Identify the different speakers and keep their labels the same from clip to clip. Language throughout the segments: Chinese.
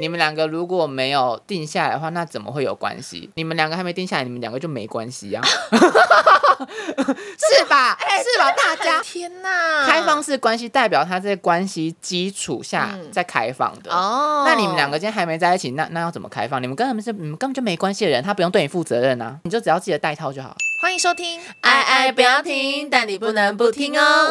Speaker 1: 你们两个如果没有定下来的话，那怎么会有关系？你们两个还没定下来，你们两个就没关系 呀、啊，是吧？
Speaker 2: 哎
Speaker 1: 是吧？大家
Speaker 2: 天哪，
Speaker 1: 开放式关系代表他在关系基础下
Speaker 2: 嗯
Speaker 1: 在开放的。
Speaker 2: 哦。
Speaker 1: 那你们两个今天还没在一起，那那要怎么开放？你们根本是你嗯们根本就没关系的人，他不用对你负责任啊，你就只要记得带套就好。
Speaker 2: 欢迎收听，
Speaker 3: 爱爱不要听，但你不能不听哦。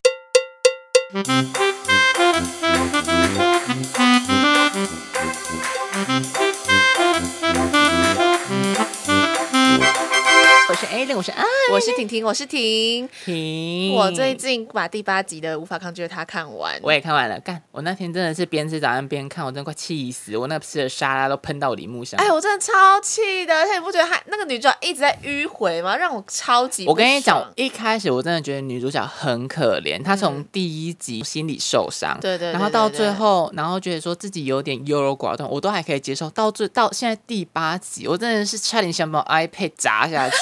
Speaker 1: 我是 A 零，我是啊，
Speaker 2: 我是婷婷，我是婷。
Speaker 1: 停
Speaker 2: 我最近把第八集的《无法抗拒的他》看完，
Speaker 1: 我也看完了，干！我那天真的是边吃早餐边看，我真的快气死！我那吃的沙拉都喷到我李木香。
Speaker 2: 哎，我真的超气的，而且你不觉得她那个女主角一直在迂回吗？让我超级
Speaker 1: 我跟你
Speaker 2: 不爽嗯
Speaker 1: 讲，，一开始我真的觉得女主角很可怜，她从第一集心理受伤，
Speaker 2: 对对对
Speaker 1: 然后到
Speaker 2: 对对
Speaker 1: 最后，然后觉得说自己有点优柔寡断，我都还可以接受。到最到现在第八集，我真的是差点想把我 iPad 砸下 去。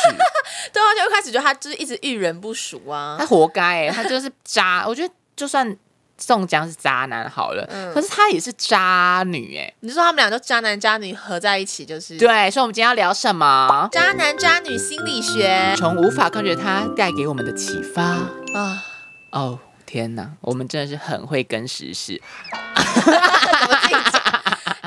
Speaker 2: 对啊，就一开始觉得她就是一直遇人不淑啊
Speaker 1: 他。活该、欸，他就是渣。我觉得就算宋江是渣男好了，
Speaker 2: 嗯
Speaker 1: 可是他也是渣女哎、
Speaker 2: 你就说他们俩都渣男渣女合在一起，就是
Speaker 1: 对，啊所以我们今天要聊什么？
Speaker 2: 渣男渣女心理学
Speaker 1: 从无法抗拒他带给我们的启发。
Speaker 2: 啊，
Speaker 1: 哦，天哪，我们真的是很会跟时事。
Speaker 2: 怎么自己讲？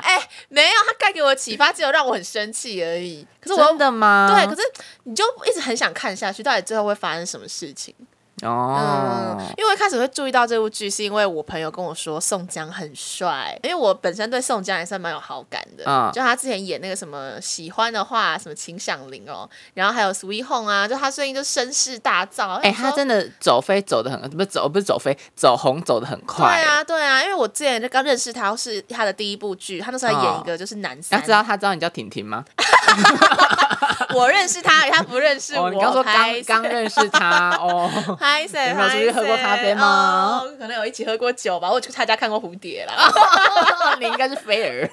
Speaker 2: 哎，没有，他带给我的启发只有让我很生气而已。可是我又
Speaker 1: 真的吗？
Speaker 2: 对，可是你就一直很想看下去，到底最后会发生什么事情？
Speaker 1: 哦
Speaker 2: 嗯，，因为我一开始会注意到这部剧，是因为我朋友跟我说宋江很帅，因为我本身对宋江也算蛮有好感的，
Speaker 1: 嗯
Speaker 2: 就他之前演那个什么喜欢的话，什么秦响铃哦，然后还有 Sweet Home 啊，就他最近就声势大噪，
Speaker 1: 哎、
Speaker 2: 我想
Speaker 1: 他
Speaker 2: 说
Speaker 1: 真的走飞走的很，不是走不是走飞，走红走的很
Speaker 2: 对
Speaker 1: 快。
Speaker 2: 啊对啊，因为我之前就刚认识他是他的第一部剧，他那时候还演一个就是男
Speaker 1: 啊他
Speaker 2: 三，
Speaker 1: 知道他知道你叫婷婷吗？
Speaker 2: 我认识他，他不认识我，
Speaker 1: 哦，你刚说
Speaker 2: 拍
Speaker 1: 刚
Speaker 2: 谁
Speaker 1: 刚认识 他哦，
Speaker 2: 嗨森，
Speaker 1: 你们有出去喝过咖啡吗
Speaker 2: 嗨森哦可能有一起喝过酒吧，我有去他家看过蝴蝶 啦。哦
Speaker 1: 你应该是菲儿。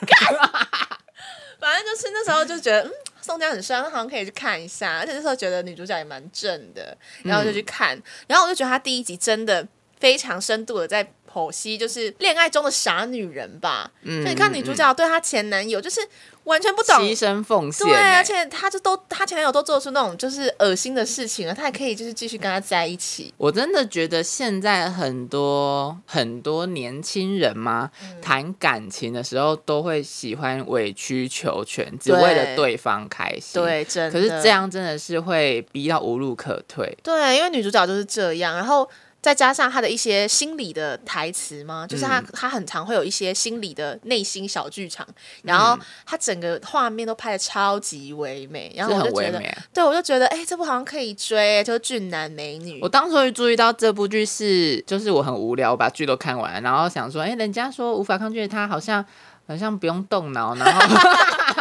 Speaker 2: 反正就是那时候就觉得，嗯，宋江很帅，那好像可以去看一下。而且那时候觉得女主角也蛮正的，
Speaker 1: 嗯
Speaker 2: 然后就去看。然后我就觉得她第一集真的非常深度的在剖析，就是恋爱中的傻女人吧。
Speaker 1: 嗯
Speaker 2: 就你看女主角对她前男友，就是完全不懂。
Speaker 1: 牺牲奉献、
Speaker 2: 对，啊
Speaker 1: 欸
Speaker 2: 而且她就都她前男友都做出那种就是恶心的事情了，她还可以就是继续跟他在一起。
Speaker 1: 我真的觉得现在很多很多年轻人嘛，
Speaker 2: 嗯
Speaker 1: 谈感情的时候都会喜欢委曲求全，只
Speaker 2: 对
Speaker 1: 为了对方开心。，
Speaker 2: 对，真的。
Speaker 1: 可是这样真的是会逼到无路可退。
Speaker 2: 对，因为女主角就是这样，然后再加上她的一些心理的台词嘛，就是
Speaker 1: 嗯
Speaker 2: 她、她很常会有一些心理的内心小剧场，然后
Speaker 1: 嗯
Speaker 2: 她整个画面都拍的超级唯美，然后
Speaker 1: 是
Speaker 2: 我
Speaker 1: 很
Speaker 2: 就觉
Speaker 1: 唯
Speaker 2: 得
Speaker 1: 美，啊！
Speaker 2: 对我就觉得，哎、这部好像可以追，就是俊男美女
Speaker 1: 我。当初注意到这部剧是，就是我很无聊，我把剧都看完了，然后想说，哎、人家说无法抗拒的他好像好像不用动脑，然 后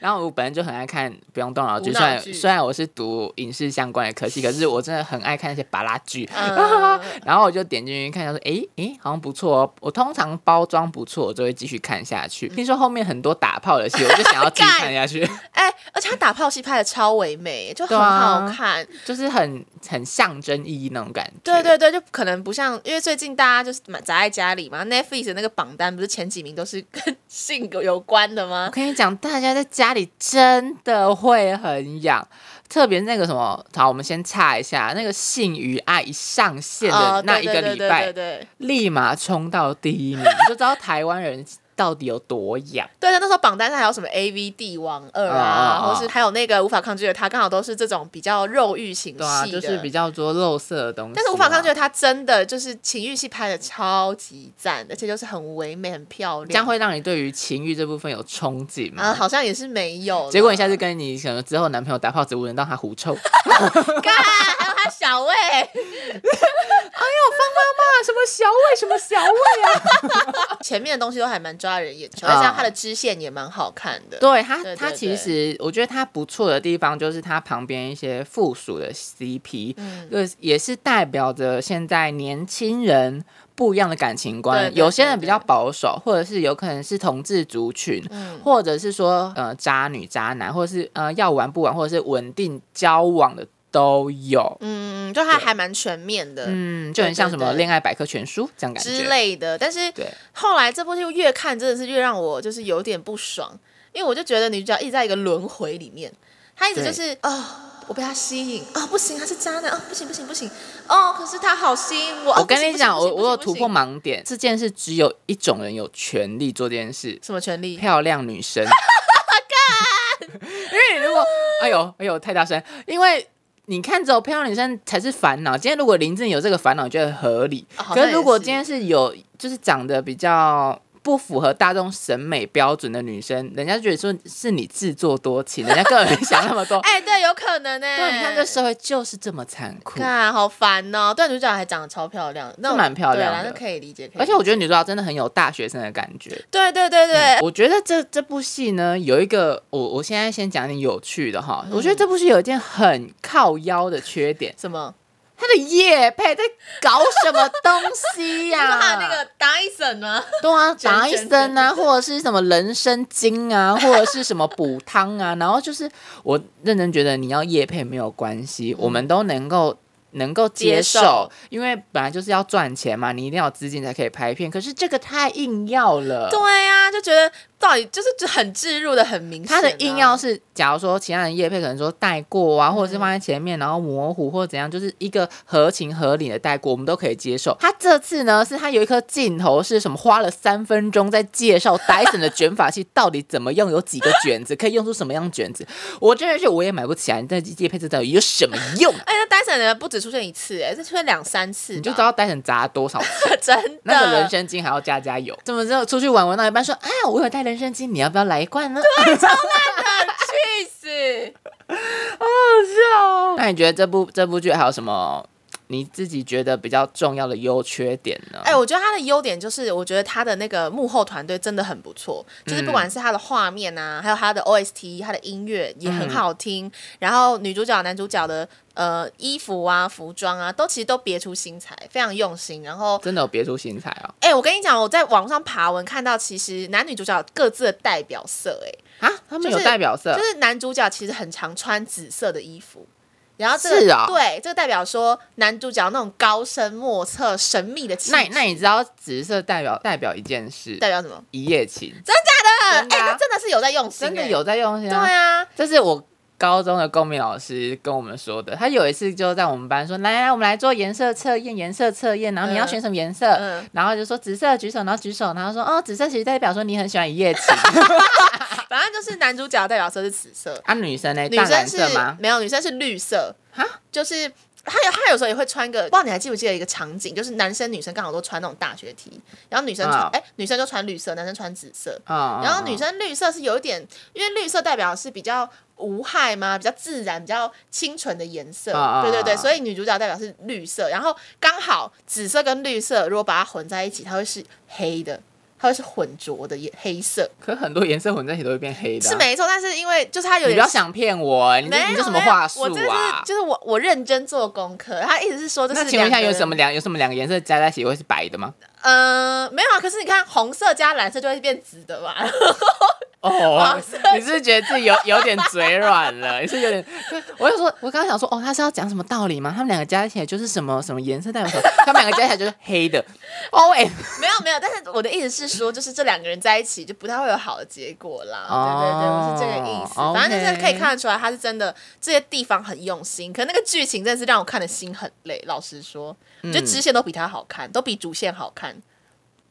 Speaker 1: 然后我本来就很爱看不用动脑的剧，
Speaker 2: 无
Speaker 1: 虽
Speaker 2: 脑
Speaker 1: 然
Speaker 2: 剧
Speaker 1: 虽然我是读影视相关的科系，可是我真的很爱看那些拔拉剧，
Speaker 2: 嗯
Speaker 1: 然后我就点进去看，想说，哎、哎、好像不错哦。我通常包装不错，我就会继续看下
Speaker 2: 嗯
Speaker 1: 去。听说后面很多打炮的戏，我就想要继续看下 去，
Speaker 2: 哎、而且她打炮戏拍的超唯美，就
Speaker 1: 对
Speaker 2: 很
Speaker 1: 啊
Speaker 2: 好看。
Speaker 1: 就是很很象征意义那种感觉。
Speaker 2: 对对对，就可能不像，因为最近大家就是蛮宅在家里嘛，Netflix 的那个榜单不是前几名都是跟 性有关的吗
Speaker 1: 我？跟你讲，大家在家里真的会很痒，特别那个什么，好，我们先岔一下，那个性与爱一上线的
Speaker 2: 哦
Speaker 1: 那
Speaker 2: 对
Speaker 1: 一个
Speaker 2: 对
Speaker 1: 礼
Speaker 2: 对
Speaker 1: 拜，
Speaker 2: 对对对
Speaker 1: 立马冲到第一名，你就知道台湾人到底有多痒。
Speaker 2: 对的，那时候榜单上还有什么 A V 帝王二啊，
Speaker 1: 嗯嗯嗯
Speaker 2: 或是还有那个无法抗拒的他，刚好都是这种比较肉欲情戏
Speaker 1: 对
Speaker 2: 的。
Speaker 1: 啊，就是比较多肉色的东西嘛。
Speaker 2: 但是无法抗拒的他真的就是情欲戏拍的超级赞，而且就是很唯美、很漂亮。
Speaker 1: 这样会让你对于情欲这部分有憧憬
Speaker 2: 啊，
Speaker 1: 吗？
Speaker 2: 好像也是没有啦。
Speaker 1: 结果你下次跟你可能之后男朋友打炮，只闻得到他狐臭啊！
Speaker 2: 干，还有他小魏，
Speaker 1: 哎什么小味，什么小味啊！
Speaker 2: 前面的东西都还蛮抓人眼球，
Speaker 1: 啊
Speaker 2: 再加上他的支线也蛮好看的。
Speaker 1: 对他，
Speaker 2: 对
Speaker 1: 他
Speaker 2: 对
Speaker 1: 其实我觉得他不错的地方就是他旁边一些附属的 CP，
Speaker 2: 嗯
Speaker 1: 就是也是代表着现在年轻人不一样的感情观。
Speaker 2: 对对
Speaker 1: 有些人
Speaker 2: 对
Speaker 1: 比较保守，或者是有可能是同志族群，
Speaker 2: 嗯
Speaker 1: 或者是说呃渣女、渣男，或者是呃要玩不玩，或者是稳定交往的都有，
Speaker 2: 嗯，就它还蛮全面的。
Speaker 1: 嗯，就很像什
Speaker 2: 对
Speaker 1: 么
Speaker 2: 对
Speaker 1: 恋爱百科全书这样感觉
Speaker 2: 之。类的，但是
Speaker 1: 对，
Speaker 2: 后来这部剧越看真的是越让我就是有点不爽，因为我就觉得女主角一直在一个轮回里面，她一直就是哦，我被他吸引哦，不行，他是渣男哦，不行不行不行哦，可是他好吸引我。哦
Speaker 1: 我跟
Speaker 2: 不行
Speaker 1: 你讲，
Speaker 2: 不行
Speaker 1: 我
Speaker 2: 不行
Speaker 1: 我有
Speaker 2: 不
Speaker 1: 突
Speaker 2: 行
Speaker 1: 破盲点，这件事只有一种人有权利做这件事，
Speaker 2: 什么权利？
Speaker 1: 漂亮女 生。因为如果哎呦哎呦太大声，因为你看只有漂亮女生才是烦恼。今天如果林志颖有这个烦恼，我觉得合理。
Speaker 2: 哦好像
Speaker 1: 可是如果
Speaker 2: 也是。
Speaker 1: 今天是有就是长得比较。不符合大众审美标准的女生，人家觉得说是你自作多情，人家根本没想那么多
Speaker 2: 哎、对，有可能呢、
Speaker 1: 对，啊你看这社会就是这么残酷。
Speaker 2: 看好烦哦、对，女主角还长得超漂亮，那
Speaker 1: 是
Speaker 2: 我
Speaker 1: 蛮漂亮
Speaker 2: 对啦啊
Speaker 1: 的
Speaker 2: 那可以理解。可以
Speaker 1: 而且我
Speaker 2: 理
Speaker 1: 觉
Speaker 2: 解
Speaker 1: 得嗯女主角真的很有大学生的感觉。
Speaker 2: 对对对对，
Speaker 1: 我觉得这这部戏呢，有一个我我现在先讲点有趣的
Speaker 2: 嗯
Speaker 1: 哈。我觉得这部戏有一件很靠腰的缺 点，
Speaker 2: 什么？
Speaker 1: 它的叶配在搞什么东西
Speaker 2: 就
Speaker 1: 呀、
Speaker 2: 是他的那个 Dyson 吗？
Speaker 1: 对啊，
Speaker 2: 卷
Speaker 1: 打一
Speaker 2: 卷
Speaker 1: 生啊，或者是什么人参精 啊，或者是什么补汤啊，然后就是我认真觉得你要叶配没有关系，我们都能够。能够接
Speaker 2: 嗯接
Speaker 1: 受
Speaker 2: 受，
Speaker 1: 因为本来就是要赚钱嘛，你一定要有资金才可以拍片。可是这个太硬要了，
Speaker 2: 对啊，就觉得到底就是很置入的很明显、啊
Speaker 1: 他的硬要，是，假如说其他人叶配可能说带过啊，或者是放在前面，然后模糊或者怎样，就是一个合情合理的带过，我们都可以接受。他这次呢，是他有一颗镜头是什么，花了三分钟在介绍 Dyson 的卷发器到底怎么用，有几个卷子，可以用出什么样卷子。 我真的是我也买不起来，你这叶配这到底有什么 用啊？
Speaker 2: 哎、那 Dyson 呢不止出现一次、哎，这出现两三次，
Speaker 1: 你就知道 Dyson 砸了多少钱。
Speaker 2: 真的。
Speaker 1: 那个人参精还要加加油，怎么知道出去玩玩到一半说，哎，我有带人参精，你要不要来一罐 呢？
Speaker 2: 气死！
Speaker 1: 那你觉得这部这部剧还有什么你自己觉得比较重要的优缺点呢？
Speaker 2: 哎、我觉得他的优点就是，我觉得他的那个幕后团队真的很不错，就是不
Speaker 1: 嗯
Speaker 2: 管是他的画面啊，还有他的 OST、他的音乐也
Speaker 1: 嗯
Speaker 2: 很好听，然后女主角、男主角的呃衣服啊、服装啊，都其实都别出心裁，非常用心。然后，
Speaker 1: 真的有别出心裁哦！
Speaker 2: 哎、我跟你讲，我在网上爬文看到，其实男女主角各自的代表色、哎
Speaker 1: 啊，他们
Speaker 2: 就
Speaker 1: 有
Speaker 2: 是
Speaker 1: 代表色，
Speaker 2: 哎，就是男主角其实很常穿紫色的衣服。然后这
Speaker 1: 是
Speaker 2: 个、
Speaker 1: 啊
Speaker 2: 对，这个代表说男主角那种高深莫测、神秘的气质。
Speaker 1: 那你那你知道紫色代表代表一件事，
Speaker 2: 代表什么？
Speaker 1: 一夜情，
Speaker 2: 哎、
Speaker 1: 真的啊
Speaker 2: 他真的是有在用心、
Speaker 1: 真的
Speaker 2: 哎。
Speaker 1: 有在用心、
Speaker 2: 对，啊，
Speaker 1: 这是我。高中的公民老师跟我们说的，他有一次就在我们班说：“来来，我们来做颜色测验，颜色测验，然后你要
Speaker 2: 嗯
Speaker 1: 选什么颜色？”
Speaker 2: 嗯
Speaker 1: 然后就说紫色举手，然后举手，然后说：“哦，紫色其实代表说你很喜欢一 夜情。
Speaker 2: 反正就是男主角代表色是紫色”，
Speaker 1: 啊，女生呢？
Speaker 2: 女
Speaker 1: 淡
Speaker 2: 生
Speaker 1: 蓝
Speaker 2: 是
Speaker 1: 色吗？
Speaker 2: 没有，女生是绿色
Speaker 1: 哈，
Speaker 2: 就是。他有他有时候也会穿个，不知道你还记不记得一个场景，就是男生女生刚好都穿那种大学 T，然后女生穿
Speaker 1: 哦
Speaker 2: 哎、女生就穿绿色，男生穿紫色，
Speaker 1: 啊、
Speaker 2: 然后女生绿色是有一点，因为绿色代表是比较无害嘛，比较自然、比较清纯的颜色。
Speaker 1: 啊
Speaker 2: 对对
Speaker 1: 啊
Speaker 2: 对，
Speaker 1: 啊
Speaker 2: 所以女主角代表是绿色，然后刚好紫色跟绿色如果把它混在一起，它会是黑的，它会是混浊的颜黑色。
Speaker 1: 可很多颜色混在一起都会变黑的啊、
Speaker 2: 是没错，但是因为就是它有
Speaker 1: 你
Speaker 2: 点
Speaker 1: 不要想骗我、你
Speaker 2: 没有
Speaker 1: 这你这什么话术
Speaker 2: 没有我真的
Speaker 1: 啊
Speaker 2: 是？就是我我认真做功课，他一直是说这是
Speaker 1: 那请问一下，
Speaker 2: 两个
Speaker 1: 有
Speaker 2: 人
Speaker 1: 什么？两有什么两个颜色加在一起会是白的吗？
Speaker 2: 呃，没有啊。可是你看，红色加蓝色就会变紫的嘛。
Speaker 1: 哦
Speaker 2: 黄 色，哦
Speaker 1: 你是不是觉得自己有有点嘴软了？你是有点， 我就说，我刚刚想说，哦，他是要讲什么道理吗？他们两个加起来就是什么什么颜色代表什么？他们两个加起来就是黑的。O Oh, M，
Speaker 2: 没有没有，但是我的意思是说，就是这两个人在一起就不太会有好的结果啦。
Speaker 1: 哦
Speaker 2: 对对对，我是这个意思。
Speaker 1: OK
Speaker 2: 反正就是可以看得出来，他是真的这些地方很用心。可那个剧情真的是让我看的心很累。老实说，我
Speaker 1: 嗯
Speaker 2: 觉得支线都比他好看，都比主线好看。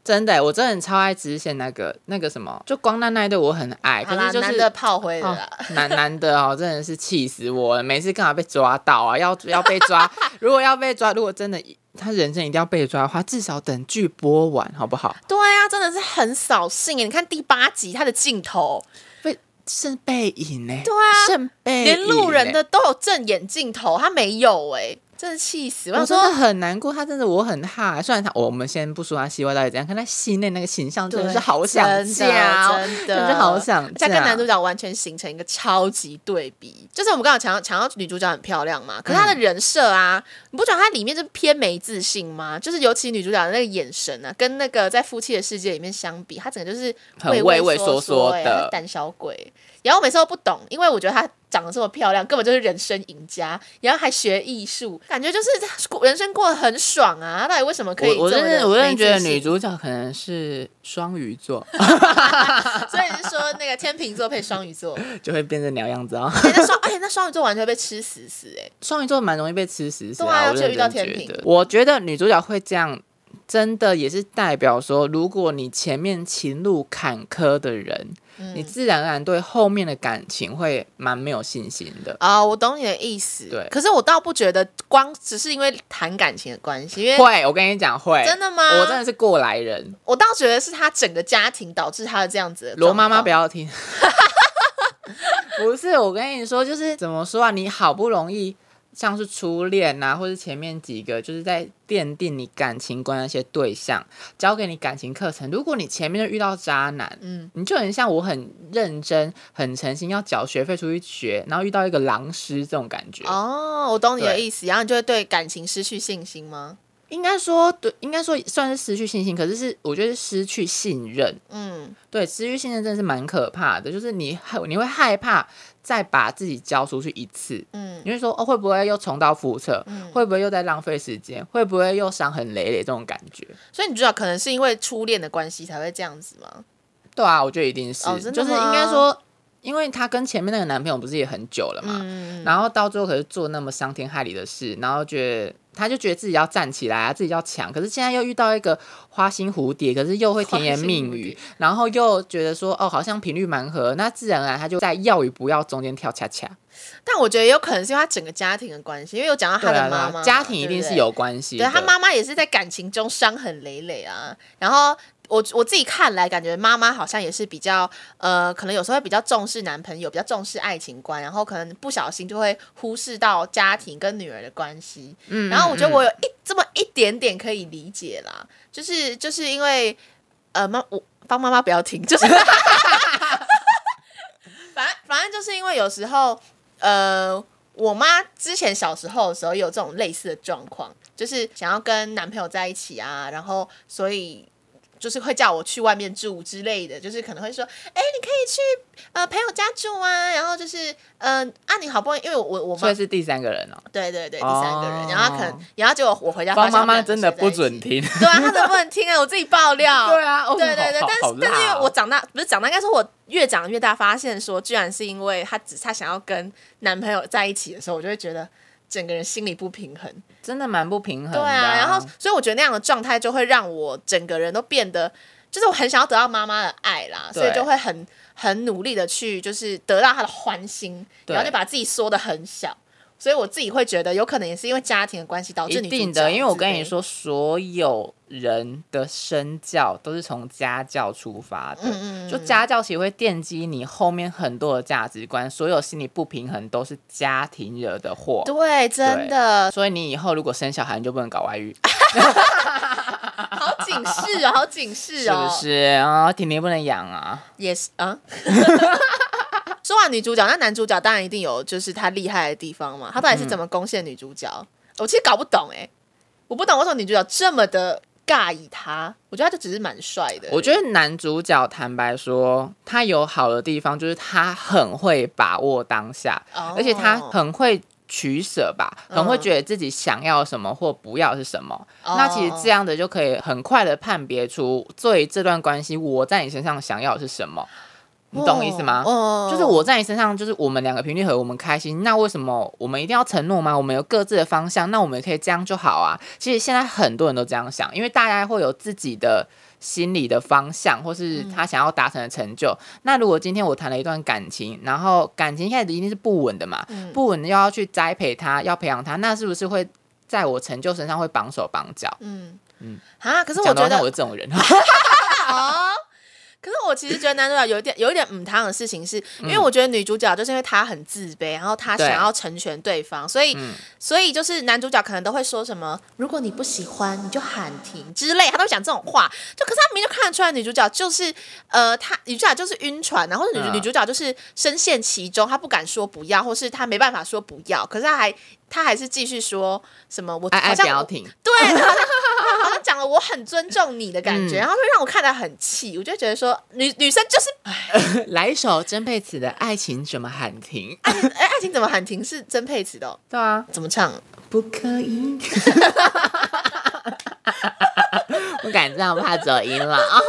Speaker 1: 真的，我真的很超爱支线那个那个什么，就光那那一对我很爱，
Speaker 2: 好
Speaker 1: 哎可
Speaker 2: 啦，
Speaker 1: 是就
Speaker 2: 啊男
Speaker 1: 是
Speaker 2: 的炮灰了
Speaker 1: 哦
Speaker 2: 啦。，
Speaker 1: 男 男的哦，真的是气死我了！每次干嘛被抓到啊？要要被抓，如果要被抓，如果真的他人生一定要被抓的话，至少等剧播完好不好？
Speaker 2: 对啊，真的是很扫兴耶。你看第八集他的镜头，
Speaker 1: 被剩背影呢、
Speaker 2: 对啊
Speaker 1: 剩背影欸
Speaker 2: 连路人的都有正眼镜头，他没有哎、真的气死！我
Speaker 1: 我
Speaker 2: 想
Speaker 1: 真
Speaker 2: 说
Speaker 1: 的，很难过，他真的我很怕。虽然他，哦我们先不说他戏外到底怎样，看他戏内那个形象真的是好想
Speaker 2: 真
Speaker 1: 家
Speaker 2: 的
Speaker 1: 哦，真
Speaker 2: 真的
Speaker 1: 的好想
Speaker 2: 在跟
Speaker 1: 嫁
Speaker 2: 男主角完全形成一个超级对比。就是我们刚刚讲到讲到女主角很漂亮
Speaker 1: 嗯
Speaker 2: 嘛，可是她的人设啊，你不觉得她里面就是偏没自信吗？就是尤其女主角的那个眼神啊，跟那个在《夫妻的世界》里面相比，她整个就是
Speaker 1: 很畏
Speaker 2: 畏
Speaker 1: 畏缩
Speaker 2: 缩
Speaker 1: 缩
Speaker 2: 欸
Speaker 1: 的
Speaker 2: 她是胆小鬼。然后我每次都不懂，因为我觉得她长得这么漂亮，根本就是人生赢家，然后还学艺术，感觉就是人生过得很爽啊！到底为什么可以
Speaker 1: 我我
Speaker 2: 这么
Speaker 1: 真
Speaker 2: 的
Speaker 1: 的我真
Speaker 2: 没
Speaker 1: 的
Speaker 2: 自
Speaker 1: 觉得
Speaker 2: 信
Speaker 1: 女主角可能是双鱼座，
Speaker 2: 所以你是说那个天秤座配双鱼座？哎、
Speaker 1: 就会变成鸟样子哦。
Speaker 2: 那双哎、那双鱼座完全被吃死死哎、
Speaker 1: 双鱼座蛮容易被吃死死
Speaker 2: 对啊
Speaker 1: 我
Speaker 2: 尤其
Speaker 1: 认
Speaker 2: 遇到
Speaker 1: 真
Speaker 2: 天
Speaker 1: 觉
Speaker 2: 平
Speaker 1: 得。我觉得女主角会这样，真的也是代表说，如果你前面情路坎坷的人，
Speaker 2: 嗯
Speaker 1: 你自然而然对后面的感情会蛮没有信心的。
Speaker 2: 啊、我懂你的意思。
Speaker 1: 对
Speaker 2: 可是我倒不觉得光只是因为谈感情的关系，因为
Speaker 1: 会，我跟你讲会，
Speaker 2: 哎真的吗？
Speaker 1: 我真的是过来人。
Speaker 2: 我倒觉得是他整个家庭导致他的这样子的状况。
Speaker 1: 罗妈妈不要听， 不是我跟你说，就是怎么说啊？你好不容易像是初恋呐、或是前面几个，就是在奠定你感情观的那些对象，教给你感情课程。如果你前面就遇到渣男，
Speaker 2: 嗯，
Speaker 1: 你就很像我很认真、很诚心要缴学费出去学，然后遇到一个狼师这种感觉。
Speaker 2: 哦，我懂你的
Speaker 1: 对
Speaker 2: 意思，然后你就会对感情失去信心吗？
Speaker 1: 应该说，对，应该说算是失去信心，可是是我觉得是失去信任。
Speaker 2: 嗯，
Speaker 1: 对，失去信任真的是蛮可怕的，就是你害你会害怕再把自己交出去一次，
Speaker 2: 嗯
Speaker 1: 嗯，你会说哦会不会又重蹈覆辙，会不会又在浪费时间，会不会又伤痕累累这种感觉？
Speaker 2: 所以你主角可能是因为初恋的关系才会这样子吗？
Speaker 1: 对啊，我觉得一定是，
Speaker 2: 哦真的
Speaker 1: 就是应该
Speaker 2: 吗
Speaker 1: 说，因为她跟前面那个男朋友不是也很久了嘛，
Speaker 2: 嗯，
Speaker 1: 然后到最后可是做那么伤天害理的事，然后觉得。她就觉得自己要站起来啊，自己要强。可是现在又遇到一个花心蝴蝶，可是又会甜言蜜
Speaker 2: 花心蝴
Speaker 1: 语
Speaker 2: 蝶，
Speaker 1: 然后又觉得说哦，好像频率蛮合，那自然而然她就在要与不要中间跳恰恰。
Speaker 2: 但我觉得有可能是因为他整个家庭的关系，因为有讲到
Speaker 1: 对
Speaker 2: 他
Speaker 1: 啊，
Speaker 2: 的
Speaker 1: 对
Speaker 2: 妈
Speaker 1: 啊
Speaker 2: 妈嘛，
Speaker 1: 家庭一
Speaker 2: 对不
Speaker 1: 定是
Speaker 2: 对
Speaker 1: 有关系的。
Speaker 2: 对他妈妈也是在感情中伤痕累累啊。然后我我自己看来，感觉妈妈好像也是比较呃，可能有时候会比较重视男朋友，比较重视爱情观，然后可能不小心就会忽视到家庭跟女儿的关系。
Speaker 1: 嗯，嗯，
Speaker 2: 然后我觉得我
Speaker 1: 嗯
Speaker 2: 有一这么一点点可以理解啦，就是就是因为呃妈我帮妈妈不要停，就是 反正反正就是因为有时候呃我妈之前小时候的时候也有这种类似的状况，就是想要跟男朋友在一起啊，然后所以。就是会叫我去外面住之类的，就是可能会说，哎、你可以去呃朋友家住啊，然后就是嗯、呃、啊，你好不容易，因为我我我妈
Speaker 1: 所以是第三个人哦，
Speaker 2: 对对对，第三个人，
Speaker 1: 哦
Speaker 2: 然后他可能，然后结果我回家发
Speaker 1: 方
Speaker 2: 现他
Speaker 1: 妈
Speaker 2: 们
Speaker 1: 妈
Speaker 2: 两个
Speaker 1: 真的
Speaker 2: 睡在
Speaker 1: 不
Speaker 2: 一起
Speaker 1: 准，听。
Speaker 2: 对啊，他都不能听啊，我自己爆料。
Speaker 1: 对啊，哦
Speaker 2: 对对对，
Speaker 1: 好
Speaker 2: 但
Speaker 1: 好
Speaker 2: 是但是因
Speaker 1: 辣
Speaker 2: 为
Speaker 1: 哦
Speaker 2: 我长大不是长大，应该说我越长越大，发现说居然是因为她只她想要跟男朋友在一起的时候，我就会觉得整个人心里不平衡。
Speaker 1: 真的蛮不平衡的。
Speaker 2: 对啊，然后所以我觉得那样的状态就会让我整个人都变得，就是我很想要得到妈妈的爱啦，
Speaker 1: 对
Speaker 2: 所以就会很很努力的去就是得到她的欢心，
Speaker 1: 对
Speaker 2: 然后就把自己缩的很小。所以我自己会觉得，有可能也是因为家庭的关系导致
Speaker 1: 一
Speaker 2: 哦你
Speaker 1: 定的，因为我跟你，说，所有人的身教都是从家教出发的。
Speaker 2: 嗯嗯嗯
Speaker 1: 就家教其实会奠基你后面很多的价值观，所有心理不平衡都是家庭惹的祸。啊
Speaker 2: 对，真的
Speaker 1: 所以你以后如果生小孩，你就不能搞外遇，
Speaker 2: 啊好警示哦，好警 示
Speaker 1: 是
Speaker 2: 哦，
Speaker 1: 不是啊？婷婷不能养啊，
Speaker 2: 也是啊。 说完女主角，那男主角当然一定有就是他厉害的地方嘛。他到底是怎么攻陷女主角？我其实搞不懂哎、我不懂为什么女主角这么的尬以他。我觉得他就只是蛮帅的而已。
Speaker 1: 我觉得男主角坦白说，他有好的地方，就是他很会把握当下，
Speaker 2: 哦嗯
Speaker 1: 而且他很会取舍吧，很会觉得自己想要什么或不要是什么。
Speaker 2: 哦
Speaker 1: 那其实这样的就可以很快的判别出，对这段关系我在你身上想要的是什么，你懂我意思吗？
Speaker 2: 哦
Speaker 1: 就是我在你身上，就是我们两个频率合，我们开心。那为什么我们一定要承诺吗？我们有各自的方向，那我们也可以这样就好啊。其实现在很多人都这样想，因为大家会有自己的心理的方向，或是他想要达成的成就。那如果今天我谈了一段感情，然后感情一开始一定是不稳的嘛，不稳又要去栽培他，要培养他，那是不是会在我成就身上会绑手绑脚？
Speaker 2: 嗯嗯
Speaker 1: 嗯
Speaker 2: 啊，可是我
Speaker 1: 讲到
Speaker 2: 觉
Speaker 1: 好像
Speaker 2: 得
Speaker 1: 我是这种人，
Speaker 2: 哦。可是我其实觉得男主角有一点有一点母汤的事情是，因为我觉得女主角就是因为她很自卑，然后她想
Speaker 1: 嗯对嗯
Speaker 2: 要成全对方，所以、所以就是男主角可能都会说什么“如果你不喜欢，你就喊停”之类，他都会讲这种话。就可是他明明就看得出来女主角就是呃，她女主角就是晕船啊，然后女、
Speaker 1: 嗯
Speaker 2: 女主角就是深陷其中，她不敢说不要，或是她没办法说不要，可是她还她还是继续说什么我
Speaker 1: 爱
Speaker 2: 好
Speaker 1: 爱
Speaker 2: 像
Speaker 1: 不要
Speaker 2: 我
Speaker 1: 停。
Speaker 2: 对，好像好像讲了我很尊重你的感觉，
Speaker 1: 嗯
Speaker 2: 然后就让我看得很气，我就觉得说女女生 就是
Speaker 1: 来一首曾沛慈的《爱情怎么喊停》。
Speaker 2: 哎，爱情怎么喊停是曾沛慈的、哦，
Speaker 1: 对啊，
Speaker 2: 怎么唱？
Speaker 1: 不可以。 不敢这样，怕走音了 啊！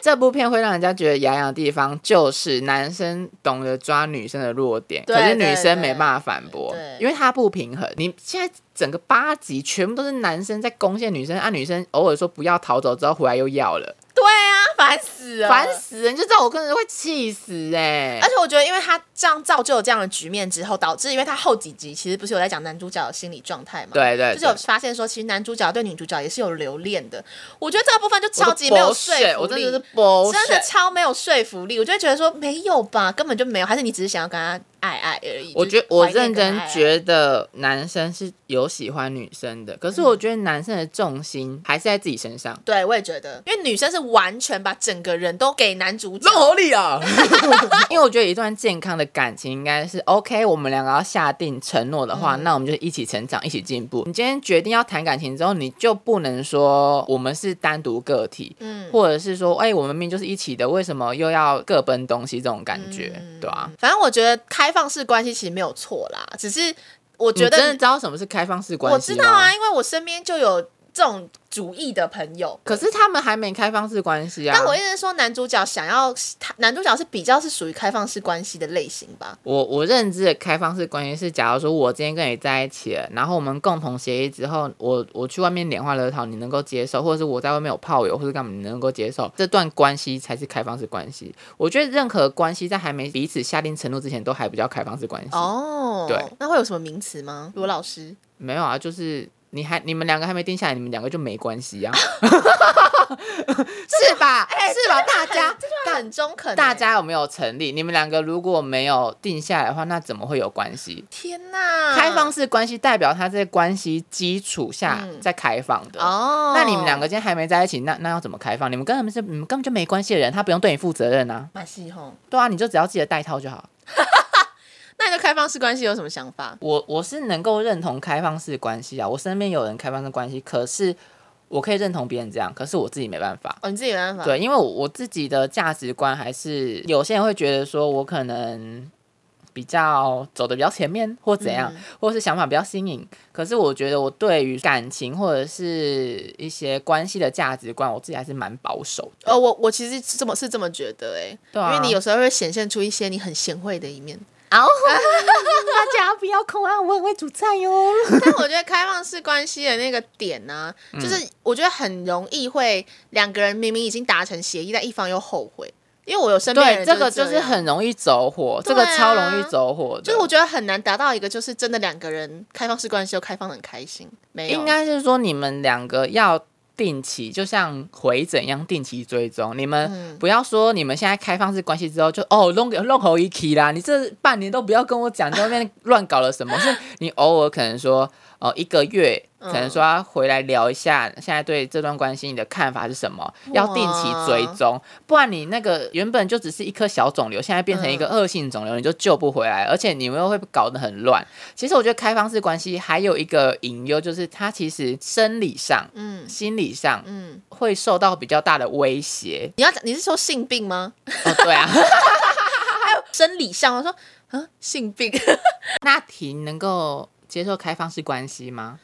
Speaker 1: 这部片会让人家觉得牙痒的地方，就是男生懂得抓女生的弱点，
Speaker 2: 对
Speaker 1: 可是女
Speaker 2: 对
Speaker 1: 生
Speaker 2: 对
Speaker 1: 没办法反驳
Speaker 2: 对，
Speaker 1: 因为她不平衡。你现在整个八集全部都是男生在攻陷女生，啊，女生偶尔说不要逃走之后回来又要了，
Speaker 2: 对啊，烦死了，
Speaker 1: 烦死人！你就知道我个人会气死哎、
Speaker 2: 而且我觉得，因为他这样造就了这样的局面之后，导致因为他后几集其实不是有在讲男主角的心理状态嘛，，
Speaker 1: 对对
Speaker 2: 就是有
Speaker 1: 对，
Speaker 2: 发现说，其实男主角对女主角也是有留恋的。我觉得这个部分就
Speaker 1: 我
Speaker 2: 超
Speaker 1: 都
Speaker 2: 级没有说
Speaker 1: bullshit，
Speaker 2: 服
Speaker 1: 我真
Speaker 2: 力，
Speaker 1: 的是 bullshit，
Speaker 2: 真的超没有说服力。我就会觉得说，没有吧，根本就没有，还是你只是想要跟他爱爱而已。
Speaker 1: 我
Speaker 2: 就
Speaker 1: 觉
Speaker 2: 是
Speaker 1: 得我
Speaker 2: 怀念
Speaker 1: 认
Speaker 2: 跟
Speaker 1: 真
Speaker 2: 爱爱
Speaker 1: 觉得男生是有喜欢女生的，
Speaker 2: 嗯
Speaker 1: 可是我觉得男生的重心还是在自己身上。
Speaker 2: 对，我也觉得，因为女生是完全把整个人都给男主角
Speaker 1: 那。合理啊！ 因为我觉得一段健康的感情应该是 OK，我们两个要下定承诺的话，
Speaker 2: 嗯
Speaker 1: 那我们就一起成长，一起进步。你今天决定要谈感情之后，你就不能说我们是单独个体，
Speaker 2: 嗯
Speaker 1: 或者是说，哎、我们明明就是一起的，为什么又要各奔东西？这种感觉，
Speaker 2: 嗯
Speaker 1: 对啊。
Speaker 2: 反正我觉得开放式关系其实没有错啦，只是我
Speaker 1: 你
Speaker 2: 觉
Speaker 1: 真的
Speaker 2: 得
Speaker 1: 知道什么是开放式关
Speaker 2: 我
Speaker 1: 系
Speaker 2: 知
Speaker 1: 吗？
Speaker 2: 道啊，因为我身边就有这种主义的朋友。
Speaker 1: 可是他们还没开放式关系啊。
Speaker 2: 但我一直说男主角想要，他男主角是比较是属于开放式关系的类型吧？
Speaker 1: 我我认知的开放式关系是，假如说我今天跟你在一起了，然后我们共同协议之后，我我去外面拈花惹草，你能够接受，或者是我在外面有炮友或者干嘛，你能够接受，这段关系才是开放式关系。我觉得任何关系在还没彼此下定承诺之前，都还不叫开放式关系。
Speaker 2: 哦，
Speaker 1: 对，
Speaker 2: 那会有什么名词吗？罗老师，
Speaker 1: 没有啊，就是你还你们两个还没定下来，你们两个就没关系 啊，是吧？
Speaker 2: 哎
Speaker 1: 是吧？大家
Speaker 2: 这句话很中肯欸、
Speaker 1: 啊大家有没有成立？你们两个如果没有定下来的话，那怎么会有关系？
Speaker 2: 天哪，
Speaker 1: 开放式关系代表它在关系基础下
Speaker 2: 嗯
Speaker 1: 在开放的。
Speaker 2: 哦，
Speaker 1: 那你们两个今天还没在一起，那那要怎么开放？你们根本是你们根本就没关系的人，他不用对你负责任啊。
Speaker 2: 马戏吼，
Speaker 1: 对啊，你就只要记得带套就好。
Speaker 2: 那你对开放式关系有什么想法？
Speaker 1: 我我是能够认同开放式关系啊，我身边有人开放式关系，可是我可以认同别人这样，可是我自己没办法。
Speaker 2: 哦，你自己没办法。
Speaker 1: 对，因为我我自己的价值观还是有些人会觉得说我可能比较走的比较前面或怎
Speaker 2: 嗯
Speaker 1: 样，或是想法比较新颖。可是我觉得我对于感情或者是一些关系的价值观，我自己还是蛮保守的。
Speaker 2: 哦，我我其实是这么是这么觉得哎、
Speaker 1: 对啊
Speaker 2: 因为你有时候会显现出一些你很贤惠的一面。
Speaker 1: 啊，大家不要恐啊，我很会煮菜哟。
Speaker 2: 但我觉得开放式关系的那个点呢、就是
Speaker 1: 嗯
Speaker 2: 我觉得很容易会两个人明明已经达成协议，但一方又后悔。因为我有身边的
Speaker 1: 对，
Speaker 2: 人
Speaker 1: 这个
Speaker 2: 就
Speaker 1: 就是是
Speaker 2: 样，
Speaker 1: 很容易走火，这个
Speaker 2: 对啊
Speaker 1: 超容易走火的。
Speaker 2: 就是我觉得很难达到一个就是真的两个人开放式关系又开放的很开心，没有
Speaker 1: 应该是说你们两个要定期，就像回诊一样定期追踪。你
Speaker 2: 嗯
Speaker 1: 们不要说你们现在开放式关系之后就哦弄个弄好一起啦，你这半年都不要跟我讲在外 面乱搞了什么，是你偶尔可能说哦一个月。
Speaker 2: 嗯
Speaker 1: 可能说要回来聊一下，现在对这段关系你的看法是什么？要定期追踪，不然你那个原本就只是一颗小肿瘤，现在变成一个
Speaker 2: 嗯
Speaker 1: 恶性肿瘤，你就救不回来，而且你们又会搞得很乱。其实我觉得开放式关系还有一个隐忧，就是它其实生理上、
Speaker 2: 嗯
Speaker 1: 心理上
Speaker 2: 嗯，
Speaker 1: 会受到比较大的威 胁。
Speaker 2: 你要你是说性病吗？
Speaker 1: 哦，对啊，
Speaker 2: 生理上，我说啊性病，
Speaker 1: 那婷能够接受开放式关系吗？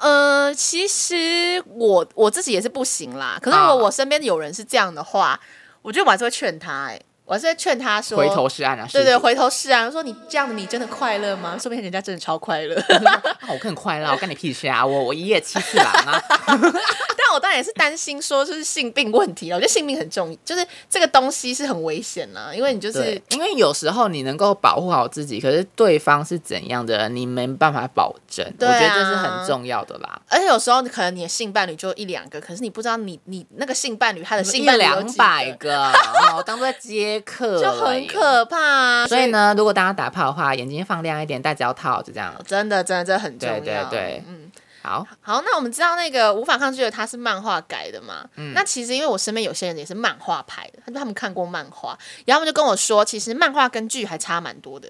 Speaker 2: 呃，其实我我自己也是不行啦。可是如
Speaker 1: 啊
Speaker 2: 果我身边有人是这样的话，我觉得我还是会劝他、哎，我还是会劝他说，
Speaker 1: 回头是岸啊，
Speaker 2: 对
Speaker 1: 是
Speaker 2: 对，
Speaker 1: 不是
Speaker 2: 回头是啊，说你这样子，你真的快乐吗？说不定人家真的超快乐。
Speaker 1: 啊我更快乐，我干你屁事啊！我我一夜七次郎啊，
Speaker 2: 但我当然也是担心说，就是性病问题了。我觉得性病很重，就是这个东西是很危险啦，因为你就是
Speaker 1: 对，因为有时候你能够保护好自己，可是对方是怎样的人，你没办法保证。
Speaker 2: 对
Speaker 1: 我觉得这是
Speaker 2: 啊
Speaker 1: 很重要的啦。
Speaker 2: 而且有时候你可能你的性伴侣就一两个，可是你不知道你你那个性伴侣他的呃性
Speaker 1: 一
Speaker 2: 伴侣有
Speaker 1: 两
Speaker 2: 几
Speaker 1: 百
Speaker 2: 个，
Speaker 1: 个，哦我当做在接客，
Speaker 2: 就很。可怕啊。
Speaker 1: 所以呢，如果大家打炮的话，眼睛放亮一点，戴脚套，就这样。
Speaker 2: 真的，真的，这很重要。
Speaker 1: 对对对
Speaker 2: 嗯。
Speaker 1: 好，
Speaker 2: 好，那我们知道那个无法抗拒的它是漫画改的嘛？
Speaker 1: 嗯
Speaker 2: 那其实因为我身边有些人也是漫画派的，他他们看过漫画，然后他们就跟我说，其实漫画跟剧还差蛮多的，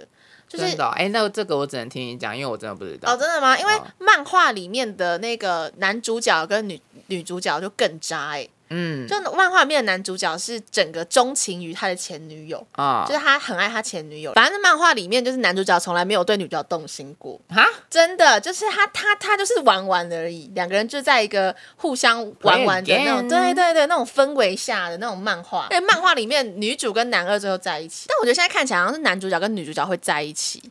Speaker 2: 就是
Speaker 1: 真的哦哎、那这个我只能听你讲，因为我真的不知道。
Speaker 2: 哦，真的吗？因为
Speaker 1: 哦
Speaker 2: 漫画里面的那个男主角跟女女主角就更渣哎、
Speaker 1: 嗯，
Speaker 2: 就漫画里面的男主角是整个钟情于他的前女友。
Speaker 1: 啊
Speaker 2: 就是他很爱他前女友，反正漫画里面就是男主角从来没有对女主角动心过，
Speaker 1: 哈，
Speaker 2: 真的就是他他他就是玩玩而已，两个人就在一个互相玩玩的
Speaker 1: Play
Speaker 2: 那
Speaker 1: again
Speaker 2: 种，对对对，那种氛围下的那种漫画。对，漫画里面女主跟男二最后在一起，但我觉得现在看起来好像是男主角跟女主角会在一起，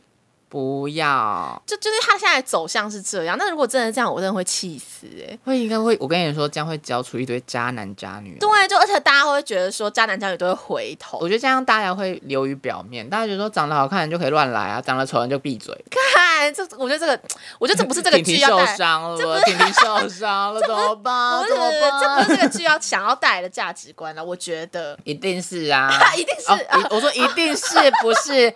Speaker 1: 不要，
Speaker 2: 就就是他现在走向是这样。那如果真的这样，我真的会气死哎、
Speaker 1: 会应该会，我跟你说，这样会教出一堆渣男渣女。
Speaker 2: 对，啊就而且大家会觉得说渣男渣女都会回头
Speaker 1: 我，觉得这样大家会流于表面，大家觉得说长得好看就可以乱来啊，长得丑人就闭嘴。
Speaker 2: 看哎这我觉得这个，我觉得这不是这 个
Speaker 1: 婷
Speaker 2: 剧
Speaker 1: 婷
Speaker 2: 要
Speaker 1: 受
Speaker 2: 带。
Speaker 1: 伤了，婷婷受 伤了，怎么办？
Speaker 2: 不是，
Speaker 1: 怎么
Speaker 2: 这不
Speaker 1: 办？
Speaker 2: 是这个剧要想要带来的价值观啊了。我觉得，
Speaker 1: 一定是 啊，
Speaker 2: 一定是
Speaker 1: 哦一我说一定是不是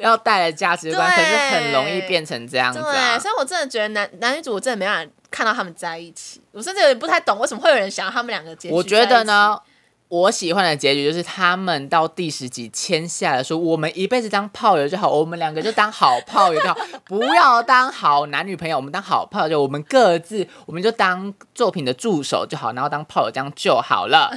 Speaker 1: 要带来价值 观，可
Speaker 2: 对
Speaker 1: 是很容易变成这样子
Speaker 2: 对，
Speaker 1: 啊。
Speaker 2: 所以我真的觉得男男女主我真的没办法看到他们在一起，我甚至有点不太懂为什么会有人想要他们两个结局。
Speaker 1: 我觉得，呢，我喜欢的结局就是他们到第十集签下了说，我们一辈子当炮友就好，我们两个就当好炮友 就好，不要当好男女朋友，我们当好炮友就好，我们各自我们就当作品的助手就好，然后当炮友这样就好 了。